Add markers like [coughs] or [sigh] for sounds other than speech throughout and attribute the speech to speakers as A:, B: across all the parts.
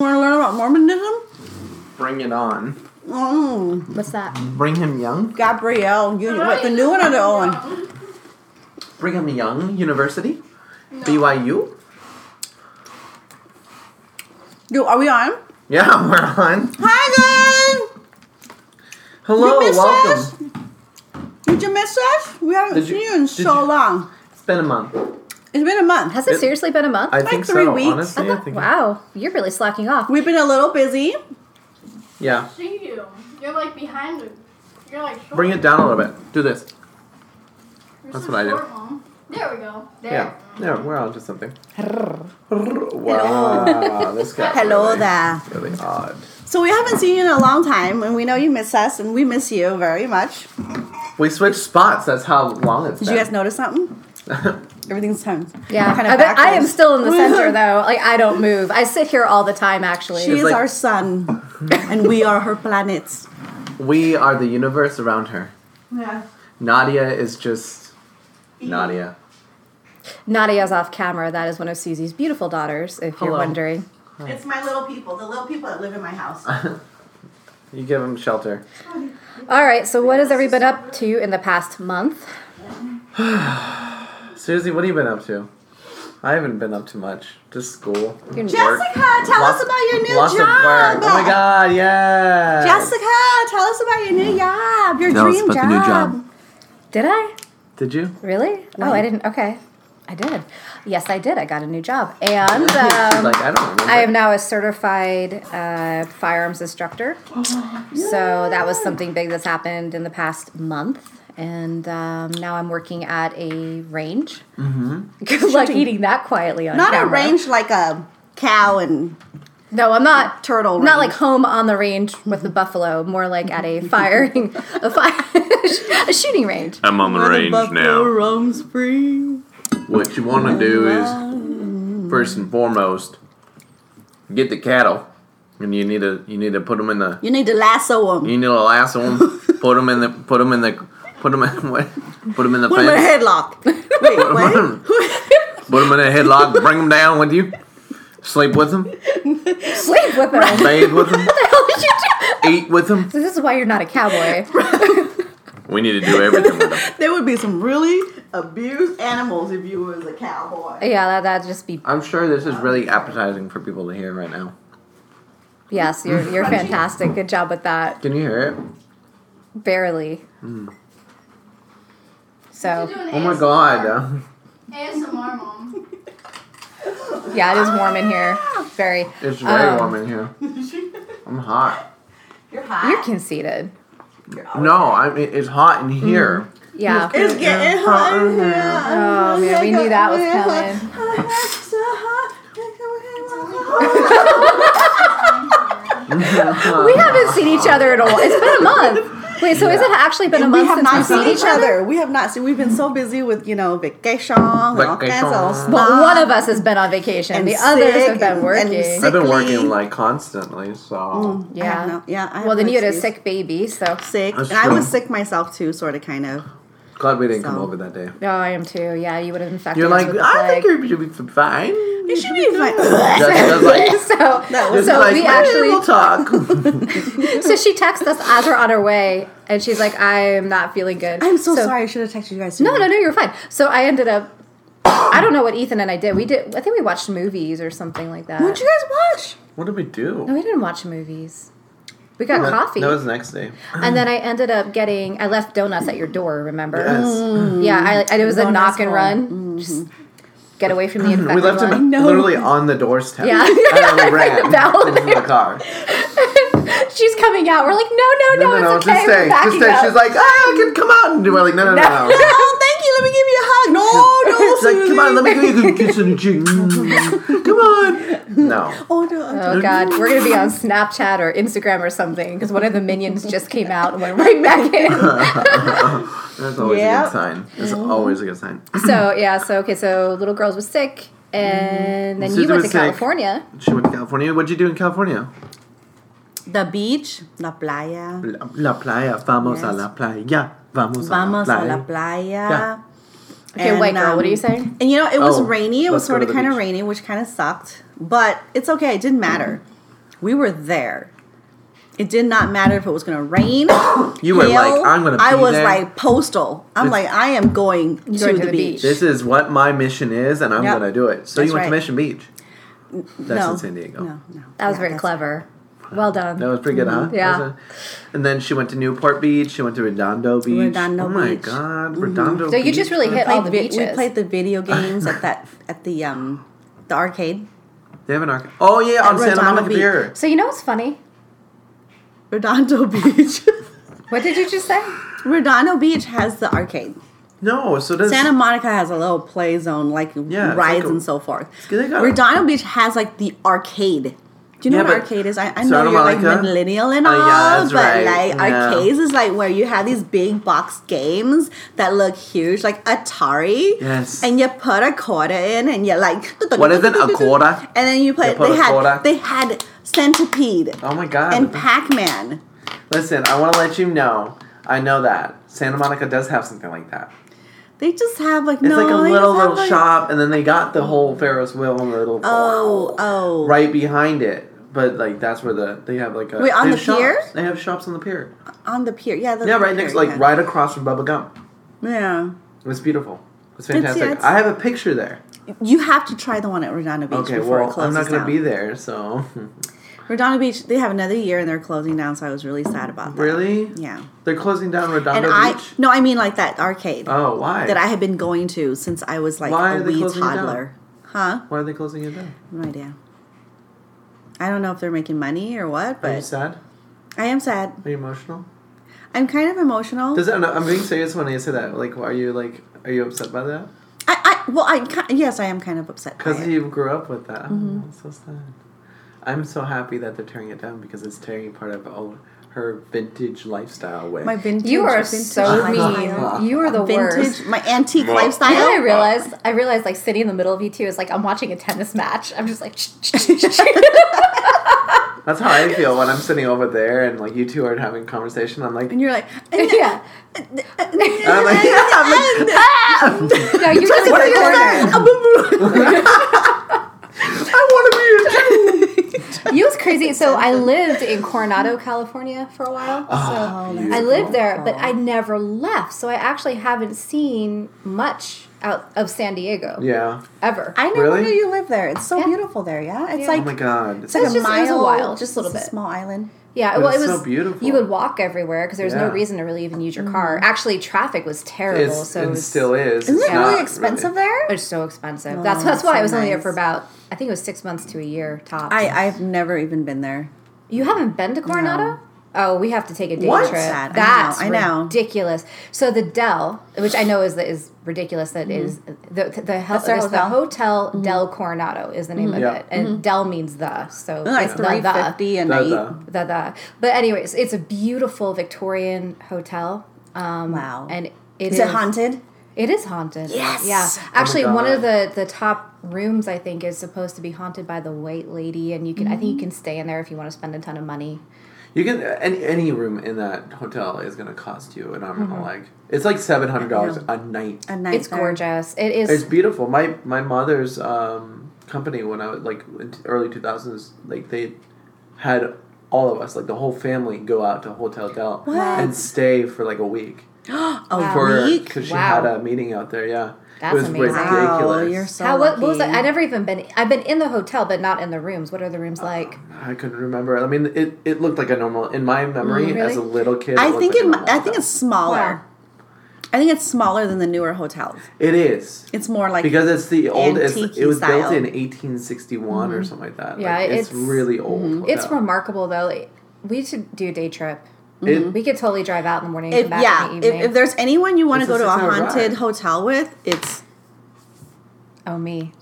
A: about Mormonism?
B: Bring it on.
A: Mm.
C: What's that?
B: Bring him young.
A: Gabrielle, you, what, the new one or the old one?
B: Bring him young. University. BYU.
A: You, are we on?
B: Yeah, [laughs] we're on.
A: Hi, guys!
B: Hello,
A: you miss
B: welcome.
A: us? Did you miss us? We haven't
B: Did you-
A: seen you in
B: did
A: so
B: you-
A: long.
B: It's been a month.
A: It's been a month.
C: Has it,
B: It-
C: seriously been a month?
B: I
A: Like
B: think
A: three
B: so.
A: weeks.
B: Honestly, I,
C: thought-
B: think.
C: wow, you're really slacking off.
A: We've been a little busy.
B: Yeah.
D: See you. You're like behind him. You're like short.
B: Bring it down a little bit. Do this.
D: You're
B: that's
D: so
B: what I do.
D: short, Mom. There we go. There.
B: Yeah. Yeah, we're on to something.
A: [laughs]
B: wow, this guy.
A: Hello
B: really,
A: there.
B: Really odd.
A: So we haven't seen you in a long time, and we know you miss us, and we miss you very much.
B: We switched spots. That's how long it's
A: Did
B: been.
A: you guys notice
B: [laughs]
A: something? Everything's timed.
C: Yeah,
A: Kinda
C: I, bet I am
A: backwards.
C: still in
A: [laughs]
C: the center though. Like I don't move. I sit here all the time. Actually,
A: She is
B: like-
A: our sun, and we are her planets.
B: we are the universe around her.
D: Yeah.
B: Nadia is just
A: E.
B: Nadia.
C: Nadia's off camera. That is one of Susie's beautiful daughters. If you're
B: Hello.
C: wondering,
A: It's my little people, the little people that live in my
B: [laughs]
A: house.
B: You give him shelter.
C: all right. So what has everyone been up to in the past month?
B: Susie, what have you been up to? I haven't been up to much. Just school.
C: You're-
B: Work.
A: Jessica, tell
B: Lots-
A: us about your new
B: lots
A: job.
B: Of work. Oh my god, yeah.
A: Jessica, tell us about your new job, your
B: Tell us
A: dream
B: about the
A: job.
B: new job.
C: Did I
B: Did you? [laughs]
C: really? Oh, I didn't. Okay, I did. Yes, I did. I got a new job, and um,
B: like I don't remember.
C: I am now a certified uh,
A: [gasps]
C: firearms instructor.
A: Oh,
C: So that was something big that's happened in the past month. And um, now I'm working at a range. Mm-hmm. [laughs] Good luck eating that quietly on
A: Not
C: camera.
A: a range like a cow and
C: No, I'm not.
A: turtle.
C: Not like
A: range.
C: home on the range with the buffalo. More like
A: [laughs]
C: at a firing, a, fire, [laughs] a shooting range.
E: I'm on the range now.
A: Rome Spring.
B: What you want to do is first and foremost get the cattle, and you need to you need to put them in the
A: You need to lasso them.
B: you need to lasso [laughs] them, put them in the put them in the put them in [laughs] what put them in the
A: Put them in a
B: fence, [laughs]
A: headlock. Wait,
B: put [laughs]
A: what?
B: 'em- put them in a headlock, bring them down with you, sleep with them,
C: Sleep with them. [laughs] What the
B: bathe with them,
C: hell did you do?
B: eat with them.
C: This is why you're not a cowboy.
B: We need to do everything with them.
A: There would be some really abused animals if you was a cowboy.
C: Yeah, that, that'd just be.
B: I'm sure this is really appetizing for people to hear right now.
C: Yes, you're, you're fantastic. Good job with that.
B: Can you hear it?
C: Barely.
B: Hmm.
C: So
D: You're doing
B: Oh my
D: ASMR.
B: god. uh,
D: ASMR, Mom.
C: yeah, it is warm in here. Very.
B: [laughs] It's very
C: Um,
B: warm in
C: [laughs]
B: here. I'm hot.
A: You're hot.
C: You're conceited.
B: No, I mean it's hot
C: Mm.
B: in here.
C: Yeah.
A: It's getting
B: Uh-huh.
A: hot in here.
C: Oh man, we knew that was
A: [laughs]
C: coming.
A: [laughs]
C: We haven't seen each other in a while. It's been a month. Wait, so is it actually been a
A: we
C: month
A: have
C: since
A: not seen
C: we've
A: each
C: other?
A: other. We have not seen. We've been so busy with you know vacation, and all kinds of
B: Vacation.
A: stuff.
C: But one of us has been on vacation.
A: And
C: the others have
A: sick
C: been
A: and-
C: working.
A: and sick.
B: I've been
A: Sickly.
B: working like constantly, so
A: I
C: yeah.
A: have no- yeah. I have
C: well, then
A: no
C: you had a
A: excuse.
C: sick baby, so.
A: sick,
B: That's
A: and I
B: true.
A: was sick myself too, sort of, kind of.
B: glad we didn't come
A: So.
B: over that day.
C: No, Oh, I am too. Yeah, you would have infected.
B: You're
C: us
B: like,
C: with the
B: I think
C: plague.
B: you should be fine.
A: It should be [laughs] fine.
B: Just, just like,
C: [laughs] so,
B: just
C: so
B: like,
C: we
B: "Maybe
C: actually
B: we'll talk.
C: [laughs]
B: [laughs]
C: So she texts us as we're on our way, and she's like, "I am not feeling good."
A: I'm so, sorry. I should have texted you guys.
C: No, no, no, you're fine. So I ended up. I don't know what Ethan and I did. We did. I think we watched movies or something like that.
A: What'd you guys watch?
B: what did we do?
C: no, we didn't watch movies. We got
B: That-
C: coffee,
B: That was the next day.
C: and then I ended up getting. I left donuts at your door. Remember?
B: Yes.
C: Yeah, I, I, it was a
A: Donuts Mm-hmm.
C: knock and
A: hole.
C: run. Just get away from the
B: [laughs]
C: infected
B: We left
C: one.
B: him
A: know.
B: literally on the doorstep.
C: Yeah.
B: and
A: [laughs]
B: then we ran
C: Bell.
B: into the car.
C: [laughs] She's coming out. We're like, no, no,
B: No, no,
C: no,
B: no,
C: it's
B: just
C: okay.
B: stay,
C: We're backing
B: just stay.
C: up.
B: She's like, ah, I can come out, and we're like, no, no, no, no. no.
A: [laughs] Oh, thank you. Let me give you a hug. No, [laughs] no,
B: It's [laughs] like, come on,
A: Susie.
B: let me give you a kiss
A: [laughs]
B: and a cheek. Come on. No.
A: Oh no. I'm
C: Oh God, we're gonna be on Snapchat or Instagram or something because one of the minions just came out and went right back in. [laughs]
B: That's always a
A: Yep.
B: good sign. That's always a good sign.
C: So yeah, so okay, so little girls was sick, and then you
B: Susan
C: went
B: was
C: to
B: sick.
C: California.
B: She went to California. What'd you do in California?
A: The beach, la playa.
B: La, la playa, vamos a
A: Yes.
B: la playa, vamos,
A: Vamos
B: a la
A: a la
B: playa.
A: playa.
B: Yeah.
C: Okay,
A: And,
C: white girl, what are you
A: um,
C: saying?
A: And you know, it was
B: Oh,
A: rainy. It was
B: let's go
A: sort of
B: to the
A: kind of
B: beach.
A: rainy, which kind of sucked. But it's okay. It didn't matter. We were there. It did not matter if it was going to rain. [coughs]
B: You were
A: hail.
B: like, I'm going to be
A: I was
B: there.
A: like postal. I'm
B: This-
A: like, I am going to,
C: going
A: the, beach.
B: this is what my mission is, and I'm
A: Yep.
B: going to do it. So
A: That's
B: you went to
A: right.
B: Mission Beach. That's
A: no,
B: in San Diego.
A: No, no.
C: That was
A: Yeah,
C: very
A: that's-
C: clever. Well done. Mm-hmm.
B: That was pretty good,
A: Mm-hmm.
B: huh?
C: Yeah.
B: That was a- and then she went to Newport Beach. She went to Redondo Beach.
A: Redondo
B: oh my
A: Beach. Mm-hmm.
B: God, Redondo.
C: so you
B: Beach.
C: just really
A: We
C: hit all
A: played,
C: the
A: vi-
C: beaches.
A: we played the
B: [laughs]
A: video games at that at the um the arcade.
B: They have an arc. Oh yeah, on Santa
A: Redondo
B: Monica
A: Beach.
B: Pier.
C: so you know what's funny?
A: Redondo [laughs] Beach.
C: What did you just say?
A: Redondo Beach has the arcade.
B: No, so does
A: Santa Monica has a little play zone, like
B: Yeah, it's
A: rides
B: like a-
A: and so forth.
B: they got a-
A: Redondo Beach has like the arcade. Do you know
B: Yeah,
A: what
B: but
A: arcade is? I, I know
B: Santa
A: you're
B: Monica?
A: like millennial and
B: Oh,
A: all,
B: yeah, that's
A: but
B: right.
A: like
B: Yeah.
A: arcades is like where you have these big box games that look huge, like Atari.
B: Yes.
A: And you put a quarter in, and you're like, [laughs]
B: What is it? A quarter?
A: And then you play.
B: You put
A: they
B: a
A: had
B: quarter?
A: they had Centipede
B: Oh my God.
A: and Pac Man.
B: Listen, I want to let you know. I know that Santa Monica does have something like that.
A: They just have like
B: It's
A: no,
B: like a
A: they
B: little
A: just have,
B: little
A: like-
B: shop, and then they got the whole Ferris wheel and the little
A: Oh, oh.
B: right behind it. But like that's where the they have like a
A: Wait, on
B: they
A: the
B: have shops.
A: pier?
B: They have shops on the pier.
A: on the pier. Yeah, the
B: yeah,
A: the
B: right
A: pier,
B: next, like
A: yeah.
B: right across from Bubba Gum.
A: Yeah,
B: It's beautiful.
A: It's-
B: It's
A: yeah,
B: fantastic.
A: it's-
B: I have a picture there.
A: you have to try the one at Redondo Beach
B: Okay,
A: before
B: well
A: it
B: I'm
A: closes
B: not gonna
A: down.
B: be there, so [laughs]
A: Redondo Beach, they have another year and they're closing down, so I was really sad about that.
B: really,
A: Yeah.
B: they're closing down Redondo
A: And I
B: Beach.
A: no, I mean like that arcade
B: Oh, why?
A: that I had been going to since I was like
B: Why
A: a
B: are they
A: wee
B: closing it down?
A: toddler. Huh?
B: Why are they closing it down?
A: No idea. I don't know if they're making money or what,
B: Are you
A: but
B: sad?
A: I am sad.
B: Are you emotional?
A: I'm kind of emotional.
B: Does that? No, I'm being serious when I say that. Like, are you like, are you upset by that?
A: I, I well, I ki- yes, I am kind of upset. by
B: Because
A: it.
B: you grew up with that.
A: Mm-hmm.
B: Oh, that's so sad. I'm so happy that they're tearing it down because it's tearing part of all her vintage lifestyle away.
A: my vintage,
C: You are
A: vintage
C: so
A: lifestyle.
C: mean. You are the worst.
A: Vintage, my antique
B: Well-
A: lifestyle.
C: You know what I realized? I realized like sitting in the middle of you two is like I'm watching a tennis match. I'm just like [laughs]
A: [laughs]
B: That's how I feel when I'm sitting over there and like you two are having conversation.
A: [laughs]
B: I'm like,
A: and you're like,
C: [laughs] Yeah.
B: and I'm like, [laughs]
A: Oh,
B: I'm like,
C: No, you just
B: What
C: in
B: did
C: the
B: you
C: corner.
A: [laughs]
B: I want to be your
C: You was crazy. So I lived in Coronado, California for a while.
B: Ah,
C: so I
B: beautiful.
C: lived there, but I never left. So I actually haven't seen much out of San Diego
B: Yeah.
C: ever.
A: I never
B: Really?
A: knew you lived there. It's so
C: Yeah.
A: beautiful there. Yeah, it's
C: Yeah.
A: like
B: Oh my god.
A: it's like
C: It's
A: a
C: just- it
A: mile.
C: was a while, just a little
A: it's
C: bit.
A: small island.
C: yeah,
B: But
C: well, it
B: it's
C: was
B: so beautiful.
C: You would walk everywhere because there was no
B: Yeah.
C: reason to really even
A: Mm.
C: use your car. Actually, traffic was terrible.
B: It's,
C: so it
B: it
C: was
B: still is.
A: Isn't
B: It's
A: it
B: not
A: really expensive there?
C: It's so expensive.
A: Oh,
C: that's that's
A: that's
C: why
A: so
C: I was only there
A: nice.
C: for about I think it was six months to a year tops.
A: I I've never even been there.
C: you haven't been to Coronado?
A: No.
C: Oh, we have to take a day
A: What?
C: trip.
A: Sad. I know,
C: That's
A: I know.
C: ridiculous. So the Dell, which I know is is ridiculous, that is
A: Mm-hmm.
C: the the, the, hel-
A: That's their
C: there's the
A: hotel?
C: hotel
A: Mm-hmm.
C: Del Coronado is the name of
B: Yeah.
C: it, and Del means the. So
A: Like
C: it's the
A: three
C: the
A: fifty a
B: That-
A: night.
B: that-
C: the the. But anyways, it's a beautiful Victorian hotel. Um,
A: Wow.
C: and
A: Is it haunted?
C: It is haunted.
A: Yes!
C: Yeah.
A: Oh my
C: Actually, one
B: God.
C: of the the top rooms I think is supposed to be haunted by the white lady, and you can I think
A: Mm-hmm.
C: you can stay in there if you want to spend a ton of money.
B: You can any any room in that hotel is gonna cost you an arm and a
A: Mm-hmm.
B: leg. It's like seven hundred dollars a night.
A: A night.
C: it's
A: there. [gasps]
C: gorgeous. It is.
B: It's beautiful. My my mother's um, company when I was like in t- early two thousands, like they had all of us, like the whole family, go out to Hotel Del and stay for like a week.
A: A
C: Wow.
B: For
A: week.
B: because she
C: Wow.
B: had a meeting out there. Yeah,
C: That's
B: it was
C: amazing.
B: ridiculous.
A: Wow, you're so
C: how what, what was
A: lucky. Oh,
C: that? I never even been. I've been in the hotel, but not in the rooms. What are the rooms like?
B: I couldn't remember. I mean, it, it looked like a normal in my memory
C: really?
B: as a little kid.
A: Mm, I
B: looked
A: think
B: like
A: it.
B: a
A: mi-
B: normal
A: I think
B: hotel.
A: it's smaller.
C: Wow.
A: I think it's smaller than the newer hotels.
B: it is.
A: It's more like
B: because it's the old it's, it
A: antique-y
B: was built
A: style. Mm-hmm.
B: in 1861 or something like that
C: Yeah,
B: Like, it's,
C: it's-
B: really old
C: It's
B: hotel.
C: remarkable though. Like, We should do a day trip.
B: It-
A: mm-hmm.
C: We could totally drive out in the morning and
A: If,
C: come back
A: yeah,
C: in
A: if,
C: the evening.
A: if there's anyone you want to
B: It's a
A: go to a
B: six-hour ride.
A: haunted hotel with, it's
C: oh me.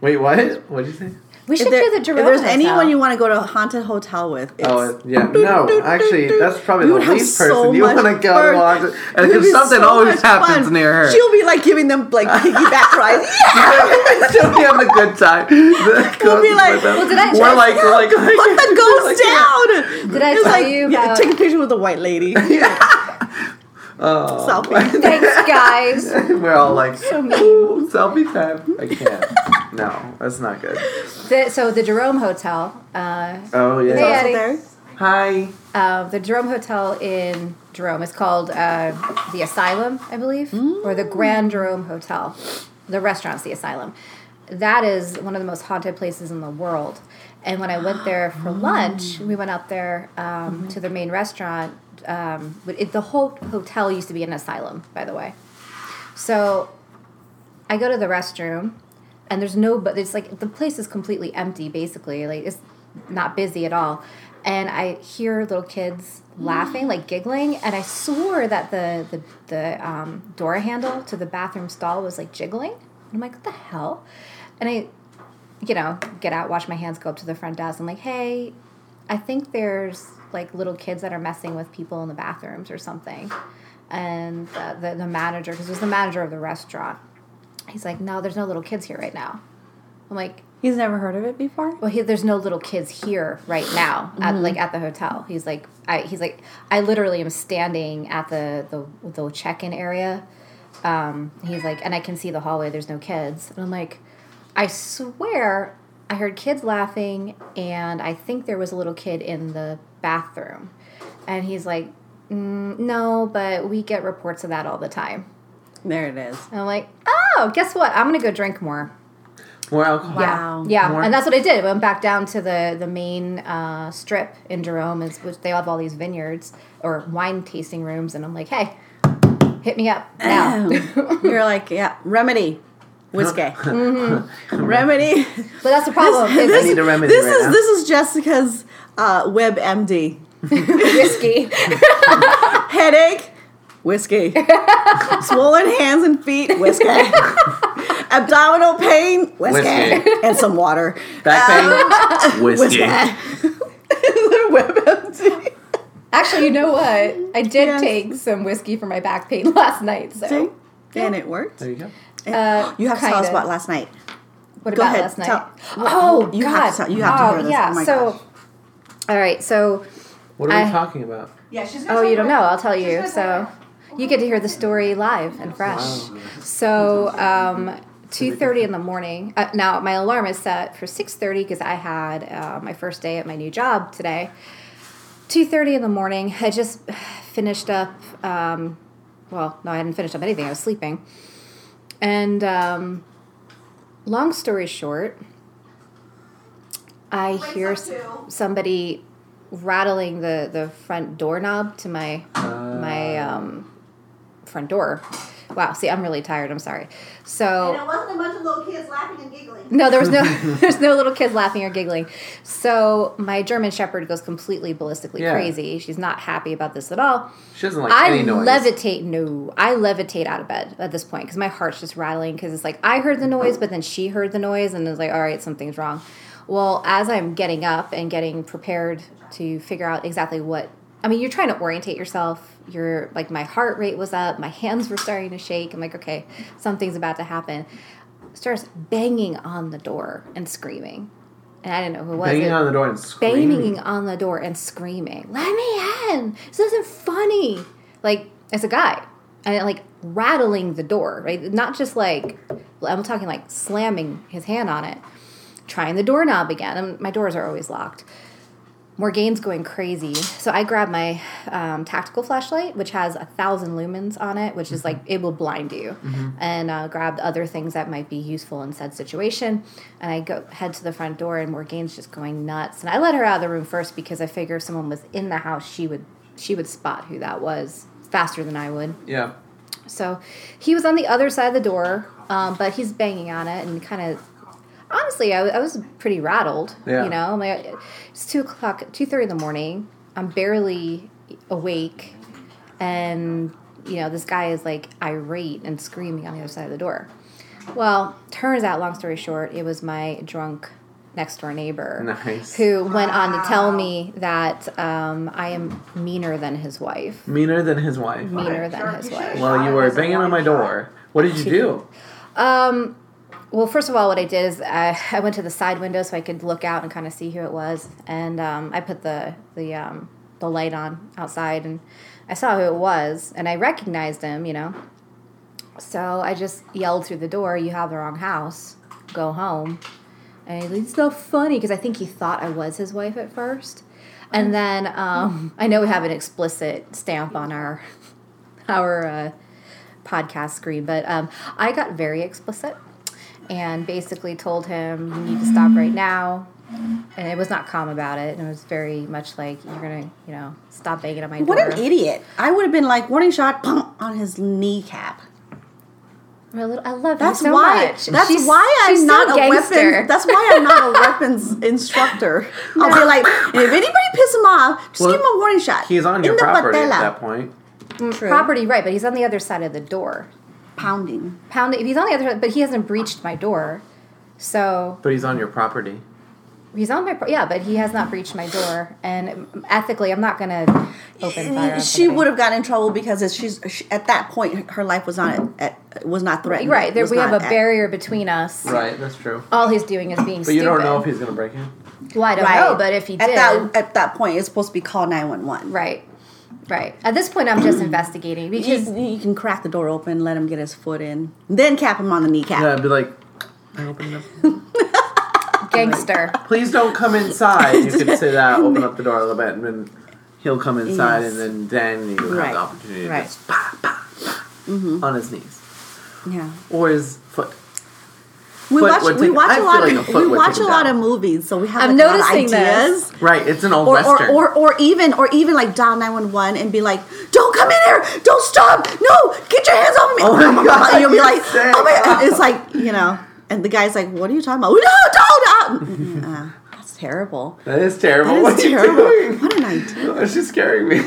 B: wait what what did you say
C: We should
A: if, there-
C: do the
A: if
C: Jerome
A: there's
C: hotel.
A: anyone you want to go to a haunted hotel with, it's,
B: oh yeah
A: [laughs]
B: no actually that's probably
A: We
B: the
A: would have
B: least
A: so
B: person you
A: much
B: want to go to
A: fun.
B: watch
A: [laughs]
B: it and
A: It'd
B: because
A: be
B: something
A: so
B: always
A: much
B: happens
A: fun.
B: near her
A: She'll be like giving them like piggyback rides. Yeah,
B: [laughs] she'll be having a
A: [laughs]
B: good time we'll
A: be like,
C: well, did I
B: we're
C: just-
B: like we're
A: [laughs]
B: like [laughs]
A: put the ghost down.
C: Did I
A: It's
C: tell
A: like,
C: you
A: yeah,
C: about-
A: take
C: [laughs]
A: a picture with the white
B: [laughs]
A: lady. [laughs]
B: oh.
A: Selfie. [laughs]
B: [laughs]
C: Thanks, guys.
B: we're all like so selfie time I can't No, that's not good.
C: The, so the Jerome Hotel, uh,
B: Oh yeah.
A: It's
C: Hey,
A: also
C: Eddie.
A: there.
B: Hi.
C: uh, the Jerome Hotel in Jerome is called uh, the Asylum, I believe, or the Grand Jerome Hotel. The restaurant's the Asylum. That is one of the most haunted places in the world. And when I went there for lunch, we went out there um, to the main restaurant. Um, but it, the whole hotel used to be an asylum, by the way. So I go to the restroom, and there's no, but it's like the place is completely empty, basically. Like it's not busy at all. And I hear little kids laughing, like giggling, and I swore that the the, the um, door handle to the bathroom stall was like jiggling. And I'm like, what the hell? And I, you know, get out, wash my hands, go up to the front desk. I'm like, hey, I think there's like little kids that are messing with people in the bathrooms or something. And uh, the, the manager, because it was the manager of the restaurant, he's like, no, there's no little kids here right now. I'm like,
E: He's never heard of it before.
C: well, he, there's no little kids here right now, at, like at the hotel. He's like, I, he's like, I literally am standing at the the, the check-in area. Um, he's like, and I can see the hallway. There's no kids, and I'm like, I swear, I heard kids laughing, and I think there was a little kid in the bathroom, and he's like, mm, no, but we get reports of that all the time.
A: There it is.
C: And I'm like, oh, guess what? I'm gonna go drink more.
B: More alcohol.
C: Yeah.
A: Wow.
C: Yeah,
B: More-
C: and that's what I did. I went back down to the the main uh, strip in Jerome, is, which they have all these vineyards or wine tasting rooms, and I'm like, hey, hit me up
A: [laughs]
C: now. but
A: You're like, yeah, remedy. Whiskey.
C: Mm-hmm.
A: remedy. [laughs]
C: that's the problem.
B: I
C: It's
B: need a remedy
A: This
B: right
A: is
B: now.
A: this is Jessica's uh, WebMD.
C: whiskey. [laughs]
A: Headache, whiskey. Swollen hands and feet, whiskey. Abdominal pain, whiskey.
B: Whiskey.
A: And some water.
B: Back pain. whiskey.
A: WebMD.
C: Actually, you know what? I did
A: Yes.
C: take some whiskey for my back pain [laughs] last night. So
A: And it worked.
B: There you go.
C: Uh,
A: You have to tell us
C: kinda.
A: about last night.
C: What
A: Go
C: about
A: ahead,
C: last night?
A: tell-
C: oh
A: you
C: God!
A: have to tell- you have to
C: oh,
A: hear this.
C: Yeah.
A: Oh my
C: so,
A: gosh.
C: all right. So
B: What are we
C: I-
B: talking about?
A: Yeah, she's
C: Oh, you don't know. I'll tell you. So you get to hear the story live and fresh. So um, two thirty in the morning. Uh, now my alarm is set for six thirty because I had uh, my first day at my new job today. Two thirty in the morning. I just finished up. Um, well, no, I hadn't finished up anything. I was sleeping. And um, long story short, I
D: Wake
C: hear
D: up
C: s-
D: too.
C: somebody rattling the, the front doorknob to my my um, front door. Wow. See, I'm really tired. I'm sorry. So
D: wasn't a bunch of little kids laughing and giggling.
C: no, there was no [laughs] there's no little kids laughing or giggling. So my German Shepherd goes completely ballistically
B: Yeah.
C: crazy. She's not happy about this at all.
B: She doesn't like
C: I
B: any noise.
C: levitate. No, I levitate out of bed at this point because my heart's just rattling because it's like I heard the noise, but then she heard the noise, and it's like, all right, something's wrong. Well, as I'm getting up and getting prepared to figure out exactly what I mean, you're trying to orientate yourself. You're like, my heart rate was up, my hands were starting to shake. I'm like, okay, something's about to happen. Starts banging on the door and screaming, and I didn't know who it was.
B: Banging
C: It-
B: on the door and screaming.
C: banging on the door and screaming, "Let me in! This isn't funny!" Like as a guy, and like rattling the door, right? Not just like I'm talking like slamming his hand on it, trying the doorknob again. And my doors are always locked. Morgane's going crazy, so I grab my um, tactical flashlight, which has a thousand lumens on it, which is like it will blind you, and uh, grabbed other things that might be useful in said situation. And I go head to the front door, and Morgane's just going nuts. And I let her out of the room first because I figure if someone was in the house, she would she would spot who that was faster than I would.
B: Yeah.
C: So he was on the other side of the door, um, but he's banging on it and kind of. Honestly, I, I was pretty rattled.
B: Yeah.
C: You know, I'm like it's two o'clock, two thirty in the morning. I'm barely awake, and you know this guy is like irate and screaming on the other side of the door. Well, turns out, long story short, it was my drunk next door neighbor
B: Nice.
C: who went on to tell me that um, I am meaner than his wife.
B: Meaner than his wife.
C: Meaner than his wife.
B: Well, you were banging on my door. What did you do?
C: Um, well, first of all, what I did is I, I went to the side window so I could look out and kind of see who it was, and um, I put the the um, the light on outside, and I saw who it was, and I recognized him, you know. So I just yelled through the door, "You have the wrong house." go home. And he's like, it's not funny because I think he thought I was his wife at first.
A: Mm.
C: And then um, [laughs] I know we have an explicit stamp on our [laughs] our uh, podcast screen, but um, I got very explicit and basically told him you need to stop right now. And it was not calm about it. And it was very much like you're gonna, you know, stop banging on my door.
A: What an idiot. I would have been like, warning shot, pum, on his kneecap.
C: We're a little- I love
A: That's
C: you so
A: why.
C: much.
A: That's
C: She's-
A: why
C: she's
A: I'm
C: so
A: not a
C: gangster.
A: weapon. That's why I'm
C: [laughs]
A: not a weapons instructor. I'll be like, and if anybody piss him off, just
B: Well,
A: give him a warning shot.
B: He's on your
A: In the
B: property
A: patella.
B: at that point.
A: True.
C: property, right? But he's on the other side of the door.
A: pounding.
C: Pounding. If he's on the other side, but he hasn't breached my door. So
B: But he's on your property.
C: he's on my pro- yeah, but he has not breached my door, and ethically, I'm not gonna open fire. on
A: Eh, She
C: somebody.
A: would have gotten in trouble because it's- she's she, at that point her life was not at, at- was not threatened.
C: Right there,
A: Was
C: we have
A: not
C: a
A: at-
C: barrier between us.
B: Right, that's true.
C: All he's doing is being.
B: But you don't know if
C: stupid.
B: he's gonna break in.
C: Well, I don't
A: Right,
C: know, but if he
A: at
C: did,
A: that at that point it's supposed to be call nine one one.
C: right, right. At this point, I'm just investigating
A: You,
C: because
A: you can crack the door open, let him get his foot in, then cap him on the kneecap.
B: Yeah, I'd be like, I opened up.
C: gangster.
B: Please
A: [laughs]
B: don't come inside. You could say that. Open up the door a little bit, and then he'll come inside,
A: Yes.
B: and then then you have
A: Right,
B: the opportunity
A: right. Mm-hmm.
B: to just pa pa pa on his knees
A: Yeah.
B: or his foot.
A: We
B: Foot
A: watch
B: would
A: we
B: take-
A: watch
B: I
A: a
B: feel
A: lot
B: like a
A: of
B: foot
A: we
B: would
A: watch
B: take
A: a
B: it
A: lot of
B: down.
A: movies, so we have
C: I'm
A: like, a lot of
C: noticing this.
A: ideas.
B: Right, it's an old
A: Or, or,
B: western.
A: or, or even or even like dial nine one one and be like, "Don't come in here! Don't stop! No, get your hands off me!"
B: Oh my
A: [laughs]
B: God,
A: And you'll be
B: you're
A: like,
B: sick.
A: "Oh my!" God. It's like you know, and the guy's like, "What are you talking about?" No, don't! don't." Uh, [laughs] that's terrible.
B: that is terrible.
A: That is
B: what are you
A: terrible.
B: doing?
A: What an idea!
B: Oh, she's scaring me.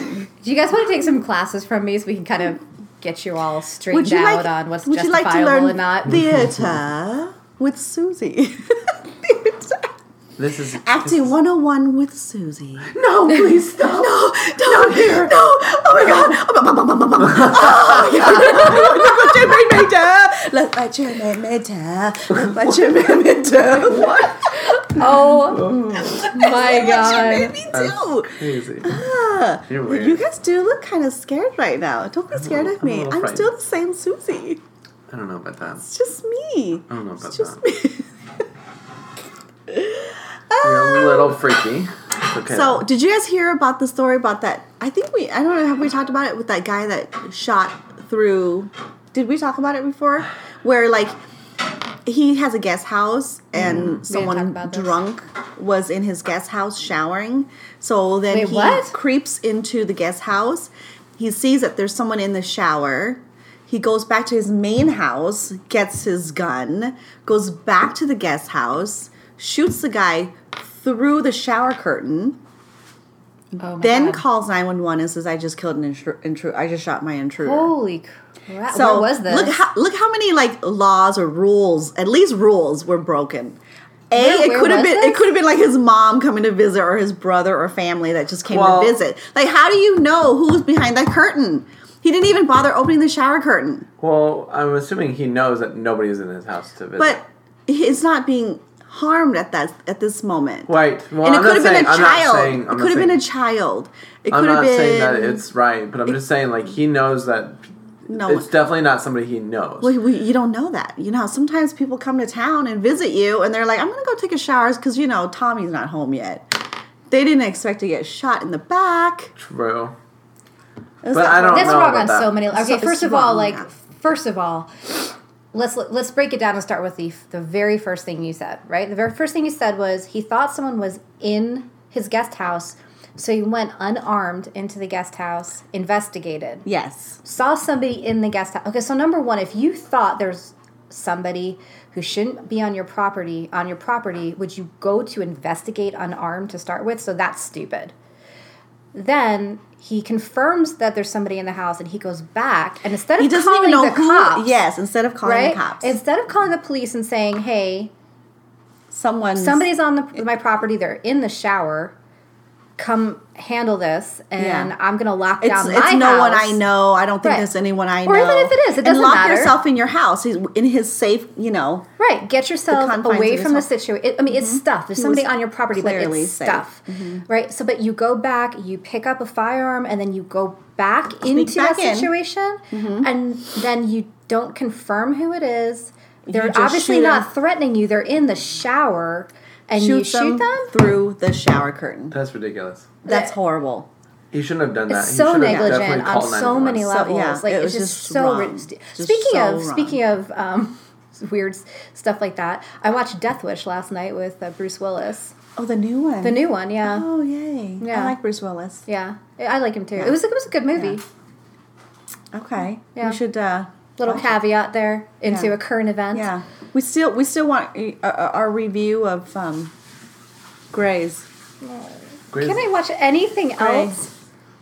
C: Do you guys want to take some classes from me so we can kind of get you all straightened
A: Would you like
C: out on what's
A: Would you
C: justifiable
A: like to learn
C: and
B: [laughs]
C: not?
A: theater with Susie? [laughs] Theater.
B: This is
A: Acting 101 with Susie. [laughs]
B: No, please stop.
A: No, don't here. No, oh my god. Oh my god. Oh my
B: [laughs]
A: Oh, god. Look what you made me do. Look what you made me do. Look what you made me
B: [laughs]
A: do. What?
C: Oh my
A: What you made
C: god!
A: me
B: That's
A: do.
B: crazy.
A: Ah,
B: You're weird.
A: You guys do look kind of scared right now. Don't be scared of
B: I'm a
A: me.
B: little
A: I'm still
B: frightened.
A: the same Susie.
B: I don't know about that.
A: It's just me.
B: I don't know about
A: It's just
B: that.
A: me.
B: [laughs] You're a little freaky. It's okay.
A: So, did you guys hear about the story about that? I think we, I don't know, have we talked about it with that guy that shot through? Did we talk about it before? Where, like, he has a guest house and
C: Mm-hmm. talk
A: someone
C: about this.
A: drunk was in his guest house showering. So then
C: Wait,
A: he
C: what?
A: creeps into the guest house. He sees that there's someone in the shower. He goes back to his main house, gets his gun, goes back to the guest house, shoots the guy through the shower curtain
C: Oh my
A: then
C: God.
A: calls 911 and says, I just killed an intruder. Intru- I just shot my intruder.
C: Holy crap!
A: so
C: Where was this?
A: Look how, look how many like laws or rules, at least rules, were broken. A,
C: Where-
A: it
C: where
A: could have
C: was
A: been it
C: this?
A: could have been like his mom coming to visit or his brother or family that just came
B: Well-
A: to visit. Like, how do you know who's behind that curtain? He didn't even bother opening the shower curtain.
B: well, I'm assuming he knows that nobody's in his house to visit.
A: But he's not being harmed at that at this moment.
B: Right. Well,
A: and it
B: I'm
A: could have
B: not
A: been a
B: saying- I'm not
A: child.
B: saying- I'm
A: it
B: not
A: could have been a
B: saying-
A: child. It
B: I'm
A: could have
B: not
A: been
B: saying that it's right, but I'm just saying like he knows that
A: no
B: it's definitely not somebody he knows.
A: Well, we, you don't know that. You know, how sometimes people come to town and visit you, and they're like, "I'm gonna go take a shower," because you know Tommy's not home yet. They didn't expect to get shot in the back.
B: True.
A: It was
B: But
A: not-
B: I don't
C: That's
B: know
C: wrong
B: about
C: on
B: that.
C: so many. Okay,
A: it's
C: first of
A: wrong,
C: all, like
A: yeah.
C: first of all, let's let's break it down and start with the the very first thing you said. Right, the very first thing you said was he thought someone was in his guest house, so he went unarmed into the guest house, investigated,
A: Yes,
C: saw somebody in the guest house. Okay, so number one, if you thought there's somebody who shouldn't be on your property on your property, would you go to investigate unarmed to start with? So that's stupid. Then he confirms that there's somebody in the house, and he goes back, and instead of
A: he doesn't
C: calling
A: even know
C: the
A: who.
C: cops,
A: Yes, instead of calling
C: right?
A: the cops,
C: Instead of calling the police and saying, "Hey,
A: someone.
C: somebody's on the, my property. They're in the shower. Come handle this, and
A: Yeah.
C: I'm gonna lock
A: It's,
C: down
A: it's
C: my house."
A: no one I know. I don't think
C: Right.
A: there's anyone I know.
C: Or even if it is, it
A: and
C: doesn't
A: lock
C: matter.
A: yourself in your house. He's in his safe. You know.
C: Right. Get yourself
A: confines
C: away
A: of
C: from the
A: yourself. Mm-hmm.
C: situation. I mean, it's stuff. There's somebody
A: was
C: on your property, but
A: clearly
C: it's
A: safe. Mm-hmm.
C: stuff. Right. So, but you go back, you pick up a firearm, and then you go back into
A: back
C: that
A: in. Mm-hmm.
C: situation, and then you don't confirm who it is. They're
A: just
C: obviously
A: shoot
C: not
A: them.
C: threatening you. They're in the shower and you
A: Shoot
C: shoot
A: them,
C: them.
A: through the shower curtain.
B: That's ridiculous.
A: That's horrible.
B: He shouldn't have done that.
C: It's
B: He
C: so
B: should have
C: negligent
B: definitely
C: on
B: called
C: so many
B: 911.
C: levels.
A: yeah,
C: like
A: it
C: it's
A: was
C: just,
A: just
C: so.
A: wrong.
C: rid-
A: Just
C: speaking
A: so
C: of
A: wrong.
C: speaking of um, [laughs] weird s- stuff like that, I watched Death Wish last night with uh, Bruce Willis,
A: Oh, the new one.
C: the new one. Yeah,
A: Oh yay!
C: Yeah.
A: I like Bruce Willis.
C: yeah, I I like him too. It was it was a good movie.
A: Okay.
C: Yeah.
A: We should. Uh,
C: Little
A: watch it.
C: caveat there into
A: Yeah.
C: a current event.
A: Yeah. We still we still want uh, uh, our review of um, Gray's.
B: Grace-
C: Can I watch anything
A: Grey.
C: else?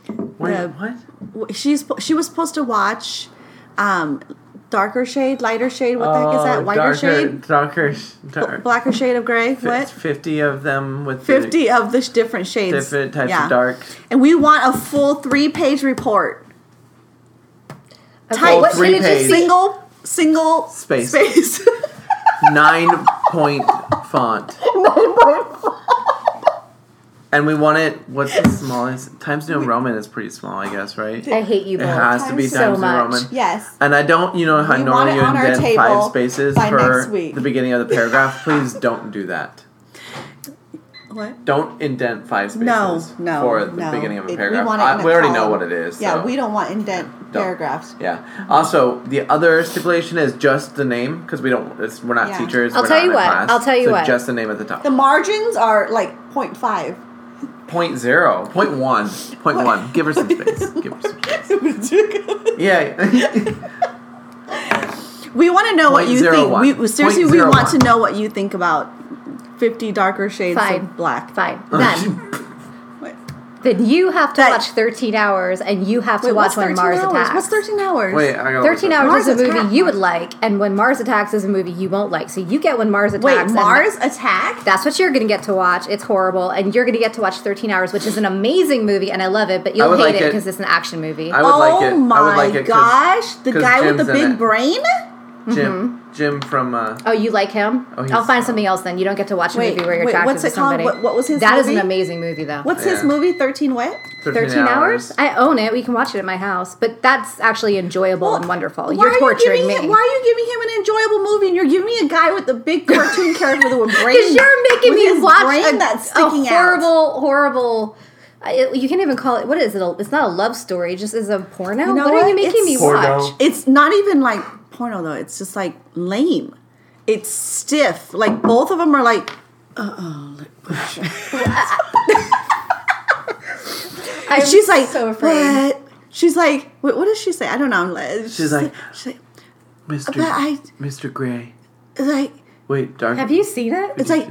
B: Wait,
A: the-
B: what?
A: w- she's po- she was supposed to watch um darker shade lighter shade what the heck is
B: Oh,
A: that whiter
B: darker,
A: shade
B: Darker. sh- Dark.
A: blacker shade of gray
B: Fi-
A: what
B: 50 of them with the
A: 50 of the sh- different shades
B: different types
A: Yeah.
B: of dark.
A: and we want a full three page report
C: Okay,
A: Type
C: what
B: three
C: page did you
B: page.
C: see?
A: single single
B: Space.
A: space [laughs]
B: Nine point font. And we want it, what's the smallest? Times New Roman is pretty small, I guess, right?
C: I hate you
B: It
C: both
B: has to be
C: so
B: Times New
C: much.
B: Roman.
A: yes
B: And I don't, you know how
A: We want
B: normally
A: it
B: you
A: on our
B: indent
A: table
B: five spaces
A: by
B: for
A: next week.
B: the beginning of the paragraph. Please don't do that.
A: what
B: Don't indent five spaces
A: no no
B: for the
A: no.
B: beginning of
A: It-
B: a paragraph.
A: we, want it
B: I-
A: in a
B: we already know
A: column.
B: what it is.
A: yeah
B: so.
A: we don't want indent
B: Don't.
A: paragraphs
B: Yeah. Also, the other stipulation is just the name because we don't. It's, we're not
A: Yeah.
B: teachers.
C: I'll
B: we're
C: tell
B: not
C: you
B: in a
C: what,
B: class,
C: I'll tell you
B: so
C: what.
B: Just the name at the top.
A: the margins are like 0.5
B: point zero. Point one. Point one. Give her
A: [laughs]
B: some space. Give her some space. Yeah.
A: [laughs] We want to know what
B: Point
A: you
B: zero
A: think.
B: one.
A: We, we- seriously,
B: Point
A: we
B: zero
A: want
B: one.
A: to know what you think about 50 darker shades
C: Fine.
A: of black.
C: Fine. Done.
B: [laughs]
C: Then you have to
A: That-
C: watch 13 hours and you have to
A: Wait,
C: watch
A: what's
C: When
A: 13
C: Mars
A: hours?
C: Attacks.
A: What's 13 hours?
B: Wait. I got
C: 13 hours
A: Mars
C: is a
A: Attacks.
C: movie you would like, and When Mars Attacks is a movie you won't like. So you get When Mars
A: Wait,
C: Attacks. and
A: Mars Attack?
C: That's what you're going to get to watch. It's horrible. And you're going to get to watch 13 Hours, which is an amazing movie, and I love it, but
B: I
C: you'll hate
B: would like it.
C: it because it's an action movie.
B: I would
A: oh
B: like it.
A: my
B: I would like it. 'cause
A: gosh. The
B: 'cause
A: guy with the
B: Jim's in
A: big
B: it.
A: brain?
B: Jim.
A: Mm-hmm.
B: Jim from. Uh,
C: oh, you like him?
B: Oh, he's-
C: I'll find something else then. You don't get to watch a
A: Wait,
C: movie where you're
A: wait,
C: attracted
A: what's
C: to
A: it called?
C: somebody.
A: What- what was his
C: That is
A: movie?
C: an amazing movie, though.
A: What's his
B: Yeah.
A: movie, 13 What?
B: 13, hours.
C: I own it. We can watch it at my house. But that's actually enjoyable and wonderful.
A: Why
C: You're
A: are
C: torturing
A: you giving
C: me.
A: Him, why are you giving him an enjoyable movie and you're giving me a guy with a
B: [laughs]
A: big cartoon character with a
C: [laughs]
A: brain?
C: Because you're making
A: with
C: me
A: his
C: watch
A: brain
C: a,
A: that's
C: a
A: sticking out.
C: horrible, horrible. I- It, you can't even call it. What is it? A- It's not a love story. It just is a porno.
A: You know
C: what, are
A: what?
C: you making
A: It's-
C: me
B: Porno.
C: watch?
A: It's not even like porno though. It's just like lame. It's stiff. Like both of them are like,
C: I'm
A: and she's like,
C: so afraid.
A: what? She's like, what, what does she say? I don't know.
B: She's like-
A: she's like,
B: Mr.
A: But I-
B: Mr. Gray.
A: like
B: Wait, dark.
C: Have you seen it?
A: it's like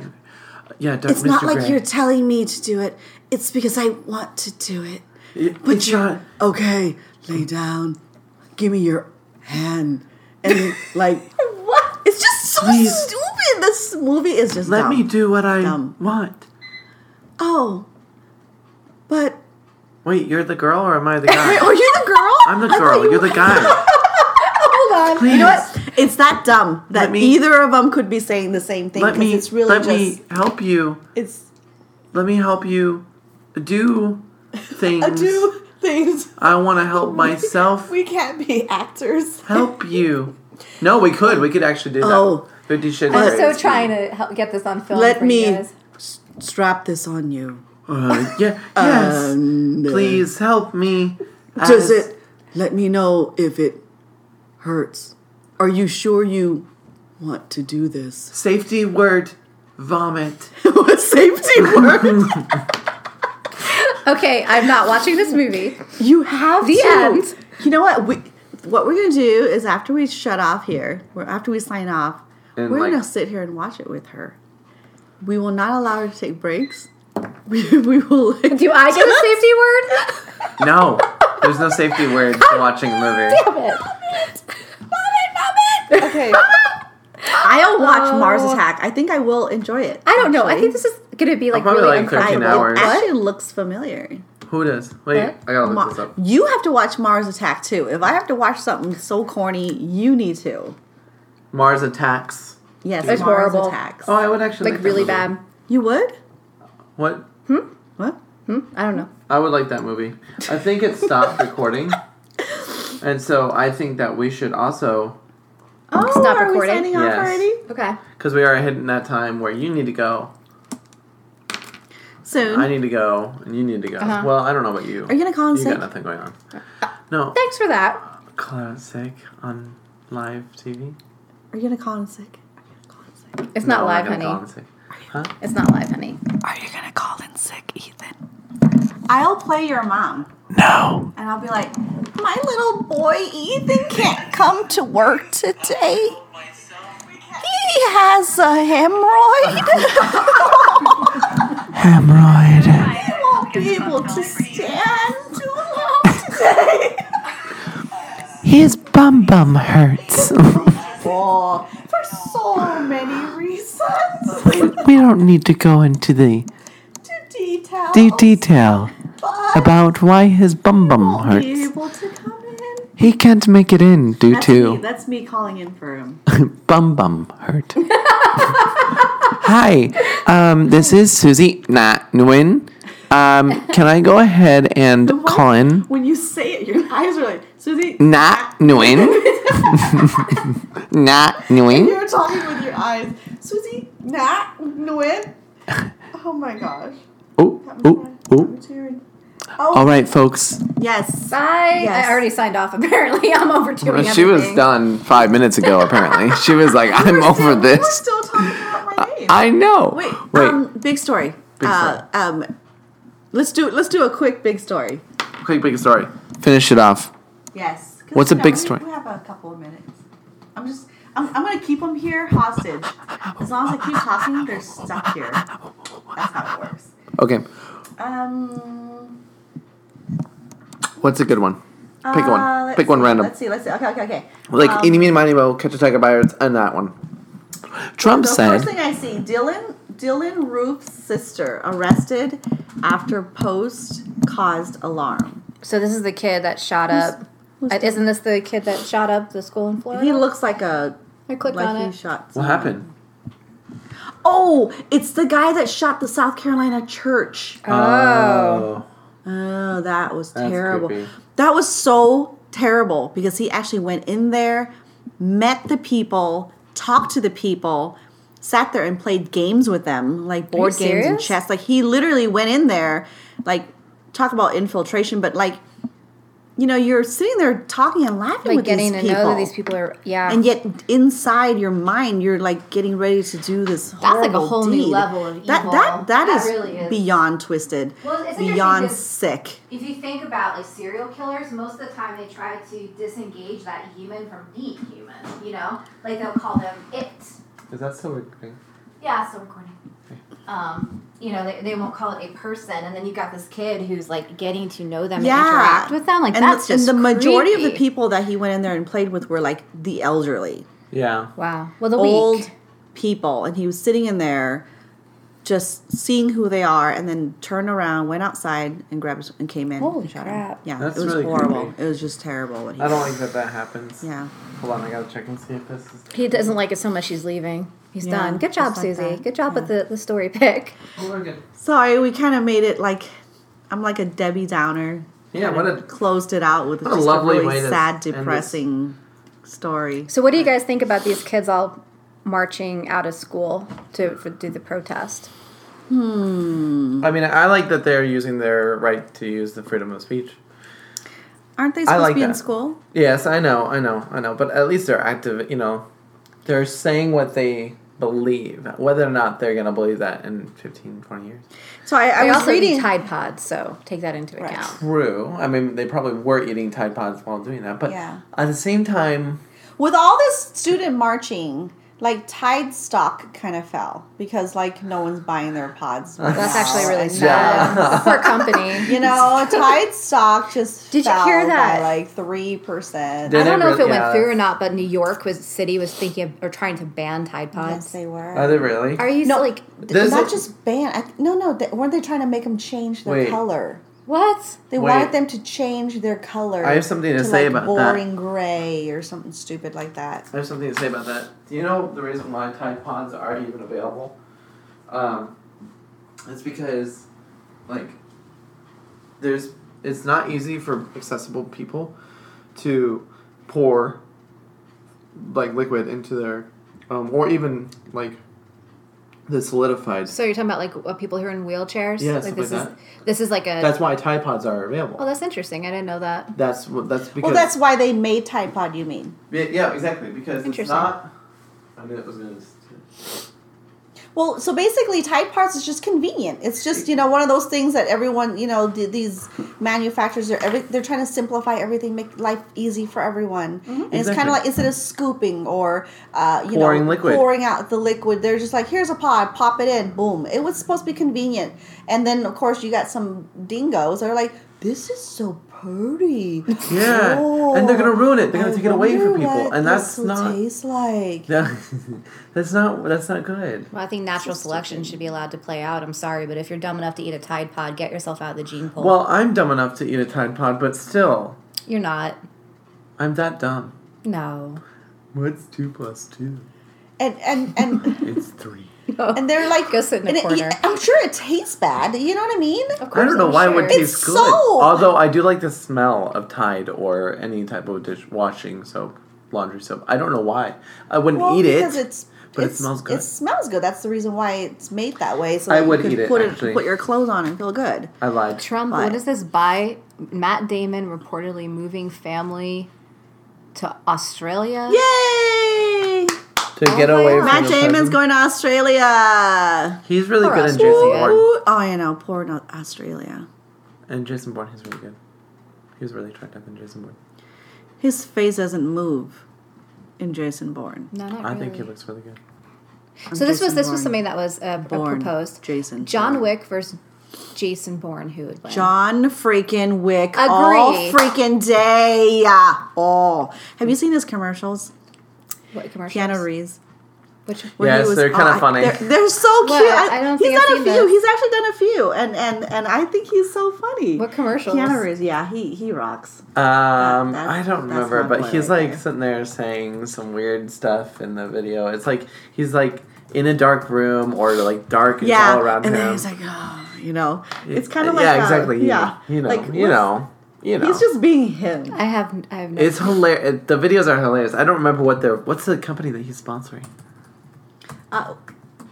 B: Yeah, dark.
A: it's
B: Mr.
A: not like
B: Gray.
A: you're telling me to do it. It's because I want to do it.
B: It-
A: But
B: it's
A: you're
B: not.
A: okay. Lay down. Give me your hand.
B: [laughs]
A: And like,
C: What?
A: it's just so
B: Please.
A: stupid. This movie is just
B: Let
A: dumb.
B: me do what I
A: Dumb.
B: want.
A: Oh, but
B: Wait, you're the girl or am I the
A: [laughs]
B: guy?
A: Wait, are you the girl?
B: I'm the
A: I thought
B: girl.
A: you
B: You are
A: were- [laughs]
B: the guy.
C: Hold on.
B: Please.
A: You know what? It's that dumb that
B: Let me-
A: either of them could be saying the same thing.
B: Let
A: 'cause
B: me.
A: It's really
B: let
A: just.
B: me help you.
A: It's.
B: Let me help you. Do
A: [laughs]
B: things.
A: I do things.
B: I want to help
A: [laughs]
B: myself.
A: We can't be actors.
B: help you. No, we could. We could actually do that.
A: Oh.
B: Fifty Shades. of
C: I'm
B: Grey.
C: so trying to help get this on film.
A: Let
C: for
A: me-
C: You guys.
A: Strap this on you. uh,
B: Uh,
A: [laughs]
B: yeah.
A: Um,
B: Yes. Please help me.
A: Does
B: as-
A: it? Let me know if it hurts. Are you sure you want to do this? [laughs]
B: Safety word. Vomit.
A: What
B: [laughs]
A: safety word?
C: Okay, I'm not watching this movie.
A: you have
C: The
A: to.
C: end.
A: You know what? We what we're gonna do is after we shut off here, or after we sign off,
B: And,
A: we're
B: like-
A: gonna sit here and watch it with her. We will not allow her to take breaks. [laughs] We, we will.
C: Do I get a
A: [laughs]
C: safety word?
B: No. There's no safety word to watching a movie.
C: Damn it.
A: Okay. I'll watch
C: Oh.
A: Mars Attack. I think I will enjoy it.
C: I don't know. I
A: actually.
C: think this is going to be like
B: probably
C: really
B: like 13
A: I, it
C: uncomfortable.
B: hours.
A: actually looks familiar.
B: Who does? Wait,
C: What?
B: I gotta look
A: Ma-
B: this up.
A: you have to watch Mars Attack too. If I have to watch something so corny, you need to.
B: Mars attacks.
A: Yes,
C: It's
A: Mars
C: horrible.
A: Attacks.
B: Oh, I would actually
C: Like
B: that
C: really
B: movie.
C: bad.
A: You would?
B: What?
A: What?
C: Hmm? I don't know.
B: I would like that movie. I think it stopped recording, and so I think that we should also
A: Oh,
C: Stop
A: are
C: recording.
A: we signing off
B: Yes.
A: already?
C: Okay.
B: Because we are hitting that time where you need to go,
A: Soon.
B: I need to go, and you need to go.
C: Uh-huh.
B: Well, I don't know about you.
A: Are you gonna call in
B: You got
A: sick?
B: nothing going on. No,
C: Thanks for that.
B: call out sick on live TV.
A: Are you gonna call in sick? Are you gonna call in sick?
C: It's
B: No,
C: not live,
B: I'm gonna call
C: honey.
B: in sick. Huh?
C: It's not live, honey.
A: Are you gonna call in sick, Ethan? I'll play your mom.
B: No.
A: And I'll be like, my little boy Ethan can't come to work today. He has a
B: [laughs]
A: hemorrhoid.
B: Hemorrhoid.
A: he won't be able to stand too long today.
B: [laughs] His bum bum hurts.
A: Oh, [laughs] for so many
B: [laughs]
A: reasons.
B: we don't need to go into the
A: to detail.
B: detail
A: but
B: about why his bum bum
A: won't be able to come in.
B: He can't make it in due
A: That's me.
B: [laughs]
A: That's me calling in for him.
B: bum bum
A: [laughs]
B: hurt. Hi, um, this is Susie Nah Nguyen. Um, can I go ahead and call in
A: When you say it, your [laughs] eyes are like, Susie. [laughs]
B: Nah Nguyen? nah Nguyen?
A: You're talking with your eyes. Susie, Nat, Nguyen. Oh my gosh.
B: Oh, oh, oh. All right, folks.
A: Oh, Yes.
C: Bye.
A: Yes.
C: I already signed off. [laughs] Apparently, I'm overdoing everything.
B: She was done five minutes ago, apparently. She was like, I'm over
A: We're
B: this.
A: still talking about my name.
B: I know.
A: Wait,
B: Wait.
A: Um, big story.
B: Big
A: Uh, um, let's do let's do a quick big story.
B: quick, big story. Finish it off.
A: Yes. 'Cause,
B: What's a
A: you
B: big
A: we-
B: story?
A: We have a couple of minutes. I'm just. I'm, I'm gonna keep them here hostage. As long as I keep talking, they're stuck here. That's how it works.
B: Okay.
A: Um.
B: What's a good one? Pick
A: uh,
B: one.
A: let's
B: Pick one
A: see,
B: random.
A: Let's see. Let's see. Okay. Okay. Okay.
B: Like
A: Um,
B: any mean money will catch a tiger by its and that one. Trump
A: The
B: said
A: first thing I see, Dylan Dylan Roof's sister arrested after post caused alarm.
C: So this is the kid that shot up.
A: who's
C: Uh, isn't this the kid that shot up the school in Florida?
A: He looks like a
C: I clicked
A: like
C: on
A: he
C: it.
A: shot.
B: What
A: someone.
B: happened?
A: Oh, it's the guy that shot the South Carolina church.
B: Oh.
A: Oh, that was
B: That's
A: terrible.
B: creepy.
A: That was so terrible because he actually went in there, met the people, talked to the people, sat there and played games with them, like board games and
C: serious?
A: chess. Like he literally went in there, like talk about infiltration, but like you know, you're sitting there talking and laughing
C: like
A: with
C: getting
A: these
C: to
A: people.
C: know that these people are. Yeah.
A: and yet inside your mind you're like getting ready to do this
C: like a
A: horrible
C: whole new
A: deed.
C: level of
A: that
C: evil.
A: that
E: That
A: is,
E: really is.
A: beyond twisted
E: Well, it's interesting
A: beyond
E: 'cause-
A: sick
E: If you think about like serial killers, most of the time they try to disengage that human from being human. You know, like they'll call them it.
B: Is that still recording?
E: Yeah, so recording. Um, you know, they, they won't call it a person, and then you got this kid who's like getting to know them
A: Yeah.
E: and interact with them. Like
A: and,
E: that's
A: the, and
E: just
A: the majority of the
E: creepy.
A: people that he went in there and played with were like the elderly
B: Yeah.
C: wow. Well, the
A: old
C: week.
A: people and he was sitting in there just seeing who they are and then turned around went outside and grabbed and came in
C: Holy
A: and shot
C: crap.
A: him. yeah
B: That's
A: it was
B: really
A: horrible
B: creepy.
A: it was just terrible what he
B: I don't like that that happens.
A: yeah
B: Hold on, I gotta check and see if this is.
C: He doesn't like it so much. He's leaving. He's
A: Yeah,
C: done. Good job,
A: just like
C: Susie.
A: that.
C: Good job
A: Yeah.
C: with the, the story pick.
B: Oh, we're good.
A: Sorry, we kind of made it like I'm like a Debbie Downer.
B: Yeah,
A: Kinda
B: what a-
A: closed it out with
B: what a
A: just a,
B: lovely way
A: really
B: to
A: sad,
B: end this.
A: depressing story.
C: So, what do you guys think about these kids all marching out of school to for, do the protest?
B: I mean, I like that they're using their right to use the freedom of speech.
A: Aren't they supposed
B: like
A: to be in
B: that.
A: school?
B: Yes, I know, I know, I know. But at least they're active. You know, they're saying what they believe. Whether or not they're gonna believe that in 15, 20 years.
A: So I, I
C: They
A: was
C: also
A: reading.
C: eat Tide Pods, so take that into
A: Right.
C: account.
B: True. I mean, they probably were eating Tide Pods while doing that, but
A: Yeah.
B: at the same time,
A: With all this student marching, like Tide stock kind of fell because like no one's buying their pods. right
C: That's
A: now.
C: actually really
A: And
C: sad.
A: then,
C: Poor company.
A: [laughs] You know, Tide stock just
C: [laughs] Did you
A: fell
C: hear
A: by,
C: that?
A: like three percent.
B: Did
C: I don't
B: it
C: know if it
B: really- yeah.
C: went through or not, but New York was city was thinking of, or trying to ban Tide
A: Yes,
C: Pods.
A: they were.
B: are they really?
C: Are you
A: No.
C: like
B: There's
A: not
B: a-
A: just ban. I, th- no, no. They, weren't they trying to make them change their
B: Wait.
A: color?
C: what?
A: They
B: Wait.
A: wanted them to change their color.
B: I have something to say
A: like
B: about that.
A: boring gray or something stupid like that.
B: I have something to say about that. Do you know the reason why Tide Pods are even available? Um, it's because, like, there's it's not easy for accessible people to pour like liquid into their, um, or even like the solidified.
C: So you're talking about like uh, people who are in wheelchairs?
B: Yeah,
C: like
B: stuff
C: this
B: like
C: is
B: that.
C: this is like a
B: that's why Tide Pods are available.
C: Oh, that's interesting. I didn't know that.
B: that's what. That's because.
A: Well, that's why they made Tide Pod. You mean?
B: yeah, yeah, exactly because it's
C: Interesting.
B: not. I mean, it was gonna.
A: Well, so basically, Tide Pods is just convenient. It's just you know one of those things that everyone you know th- these manufacturers are every they're trying to simplify everything, make life easy for everyone. And it's kind
B: Mm-hmm. Exactly.
A: of like instead of scooping or uh, you
B: Pouring
A: know
B: liquid.
A: pouring out the liquid, they're just like here's a pod, pop it in, boom. It was supposed to be convenient, and then of course you got some dingoes that are like. This is so pretty.
B: [laughs]
A: Oh,
B: Yeah, and they're gonna ruin it. They're gonna
A: I
B: take it away
A: wonder
B: from people,
A: what
B: and
A: this
B: that's
A: will
B: not- [laughs]
A: Taste like.
B: No, that's not. That's not good.
C: Well, I think natural selection should be allowed to play out. I'm sorry, but if you're dumb enough to eat a Tide Pod, get yourself out of the gene pool.
B: Well, I'm dumb enough to eat a Tide Pod, but still,
C: you're not.
B: I'm that dumb.
C: No.
B: What's two plus two?
A: And and
B: [laughs]
A: and.
B: It's three.
A: and
C: [laughs]
A: they're like
C: Go sit in a
A: and it-
C: corner.
A: I'm sure it tastes bad. You know what I mean?
C: Of course,
B: I don't know
C: I'm
B: why it
C: sure.
B: would taste
A: It's
B: good.
A: soap.
B: Although I do like the smell of Tide or any type of dish washing soap, laundry soap. I don't know why. I wouldn't
A: Well,
B: eat it.
A: because it's
B: but it
A: it's-
B: smells good.
A: It smells good. That's the reason why it's made that way. So
B: I
A: that you
B: would
A: could
B: eat it,
A: Put
B: actually.
A: put your clothes on and feel good.
B: I lied.
C: Trump,
A: Why?
C: what is this by Matt Damon reportedly moving family to Australia?
A: Yay!
B: to get
C: Oh my
B: away
C: God.
B: from
A: Matt
B: the
A: Damon's
B: present-
A: going to Australia.
B: He's really
C: Poor
B: good in
C: Austin.
B: Jason
C: Yeah.
B: Bourne.
A: Ooh, oh, I know. Poor no- Australia.
B: And Jason Bourne, he's really good. He was really attractive in Jason Bourne.
A: His face doesn't move in Jason Bourne.
C: No, not
B: I
C: really.
B: think he looks really good.
C: so this was
A: Jason
C: this was
A: Bourne.
C: something that was uh,
A: Bourne.
C: proposed.
A: Jason
C: John
A: Bourne.
C: Wick versus Jason Bourne. Who would win?
A: John freaking Wick all
C: Agree.
A: freaking day. Yeah. Oh, have you seen his commercials?
C: What commercials?
A: Keanu Reeves.
C: Which
A: when he
B: Yes,
A: was
B: they're kinda
A: on-
B: funny.
A: They're, they're so cute.
C: Well,
A: I,
C: I don't
A: he's
C: think I've
A: done a
C: seen
A: few.
C: this.
A: He's actually done a few, and and and I think he's so funny.
C: what commercials?
A: Keanu Reeves, yeah, he he rocks.
B: Um,
A: That-
B: I
A: that's-
B: don't
A: that's
B: remember,
A: my boy
B: but he's
A: right
B: like
A: there.
B: sitting there saying some weird stuff in the video. It's like he's like in a dark room or like dark is
A: yeah,
B: all around
A: and
B: him.
A: then he's like, oh, you know, it's
B: It-
A: kind of like
B: yeah,
A: a-
B: exactly. You-
A: yeah,
B: you know,
A: like,
B: you
A: what's-
B: know, you know.
A: He's just being him.
C: I have I have no.
B: it's hilarious. The videos are hilarious. I don't remember what they're. What's the company that he's sponsoring?
A: Uh,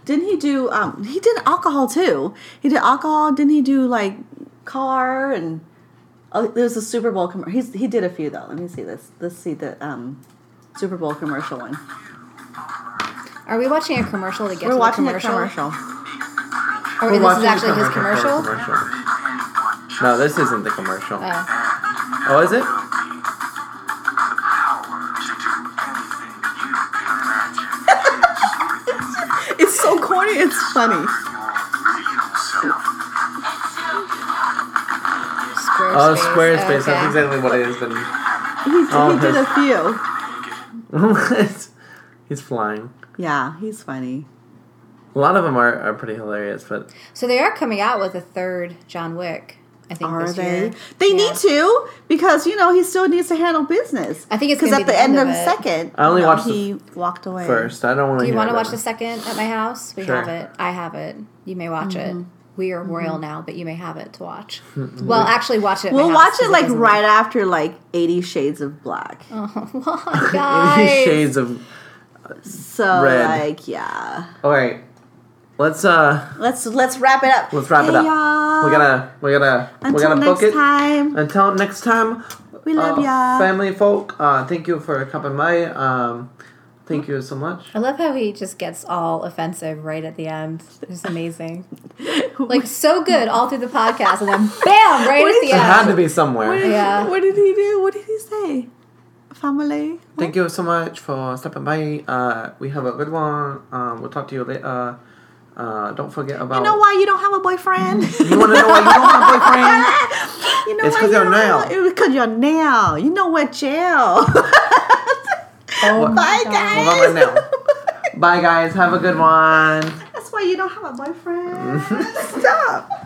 A: didn't he do? Um, he did alcohol too. He did alcohol. Didn't he do like car and? Oh, there was a Super Bowl commercial. He's he did a few though. Let me see this. Let's see the um, Super Bowl commercial one.
C: Are we watching a commercial to get
A: We're
C: to
A: watching
C: the commercial?
A: a commercial.
C: Or
B: We're
C: this is
B: watching the
C: actually his
B: for the
C: commercial?
B: commercial. No, this isn't the commercial.
C: Oh.
B: oh, is it?
A: It's so corny. It's funny.
C: Uh, Squarespace.
B: Oh, Squarespace.
C: Okay.
B: That's exactly what it is. Then.
A: He,
B: Oh,
A: he did a few.
B: What? [laughs] he's flying.
A: Yeah, he's funny.
B: A lot of them are, are pretty hilarious, but
C: So they are coming out with a third John Wick. I think
A: Are
C: this
A: they?
C: year.
A: They
C: Yeah.
A: need to because you know he still needs to handle business.
C: I think it's
A: because
C: gonna
A: at
C: be
A: the end, of the
C: it.
A: second,
B: I only
A: you know,
B: watched the
A: he walked away
B: first, I don't want to.
C: Do you
B: want to [laughs]
C: watch the second at my house? We
B: Sure.
C: have it. I have it. You may watch
A: Mm-hmm.
C: it. We are royal now, but you may have it
B: [laughs]
C: to watch. well, actually, watch it. At
A: We'll
C: my
A: watch
C: house
A: it like right
C: At-
A: after like Eighty Shades of Black.
C: oh, [laughs]
A: [laughs]
C: why,
B: Maybe
C: guys.
B: shades of.
A: So
B: Red.
A: like yeah,
B: All right, let's uh,
A: let's let's wrap it up.
B: let's wrap it
A: Hey,
B: up.
A: y'all.
B: We're gonna we're gonna we're
A: until
B: gonna
A: next
B: book it.
A: time.
B: Until next time,
A: We love
B: uh,
A: ya.
B: family folk. Uh, thank you for coming by. Um, thank you so much.
C: I love how he just gets all offensive right at the end. It's
A: [laughs]
C: amazing. Like so good all through the podcast, and then bam, right at the
B: It had to
C: end.
B: be
A: What
B: somewhere.
A: did,
C: Yeah.
A: what did he do? What did he say? Family.
B: Thank you so much for stopping by. Uh, we have a good one. Um, we'll talk to you later. Uh, don't forget about.
A: You know why you don't have a boyfriend? [laughs]
B: You want to know why you don't have a boyfriend?
A: You know
B: It's
A: what?
B: 'cause you're
A: know-
B: nail.
A: It's because you're nail. You know what, [laughs] jail.
C: Oh my
A: Bye,
C: God.
B: Hold on right
A: guys.
B: [laughs] now. Bye, guys. Have a good one.
A: That's why you don't have a boyfriend. Stop.